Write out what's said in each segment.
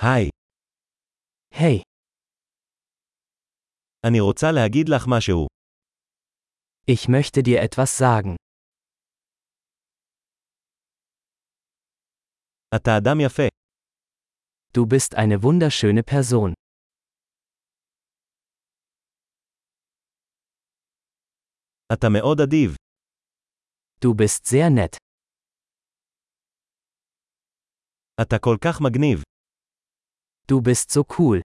היי, היי, אני רוצה להגיד לך משהו. ich möchte dir etwas sagen. אתה אדם יפה. Du bist eine wunderschöne Person. אתה מאוד אדיב. Du bist sehr nett. אתה כל כך מגניב. Du bist so cool.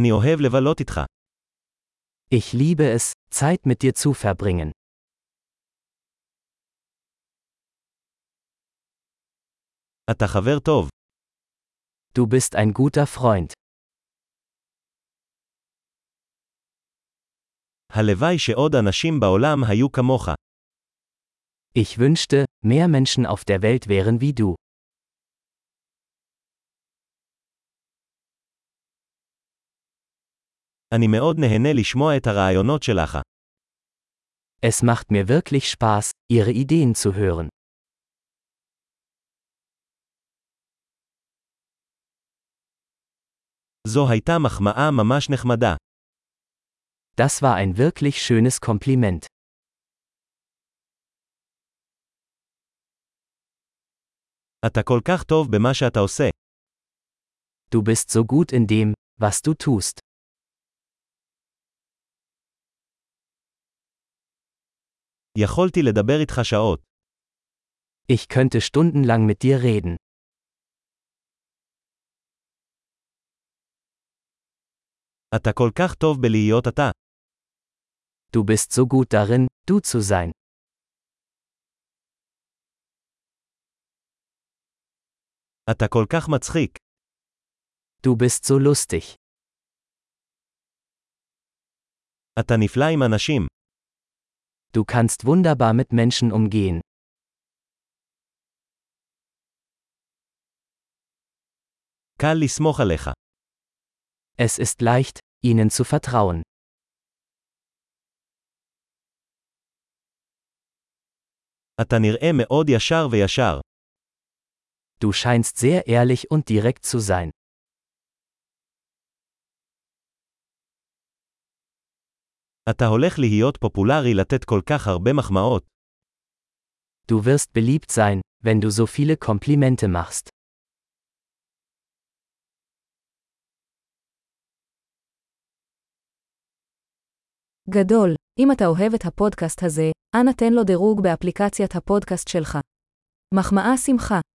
אני אוהב לבלות איתך. Ich liebe es, Zeit mit dir zu verbringen. אתה חבר טוב. Du bist ein guter Freund. הלוואי שעוד אנשים בעולם היו כמוך. Ich wünschte, mehr Menschen auf der Welt wären wie du. אני מאוד נהנה לשמוע את הרעיונות שלך. Es macht mir wirklich Spaß, ihre Ideen zu hören. זו הייתה מחמאה ממש נחמדה. Das war ein wirklich schönes Kompliment. אתה כל כך טוב במה שאתה עושה. Du bist so gut in dem, was du tust. יכולתי לדבר איתך שעות. Ich könnte stundenlang mit dir reden. אתה כל כך טוב בלהיות אתה. Du bist so gut darin, du zu sein. אתה כל כך מצחיק. Du bist so lustig. אתה נפלא עם אנשים. Du kannst wunderbar mit Menschen umgehen. קל לסמוך עליך. Es ist leicht, ihnen zu vertrauen. אתה נראה מאוד ישר וישר. Du scheinst sehr ehrlich und direkt zu sein. אתה הולך להיות פופולרי לתת כל כך הרבה מחמאות. Du wirst beliebt sein, wenn du so viele Komplimente machst. גדול, אם אתה אוהב את הפודקאסט הזה, אנא תן לו דירוג באפליקציית הפודקאסט שלך. מחמאה שמחה.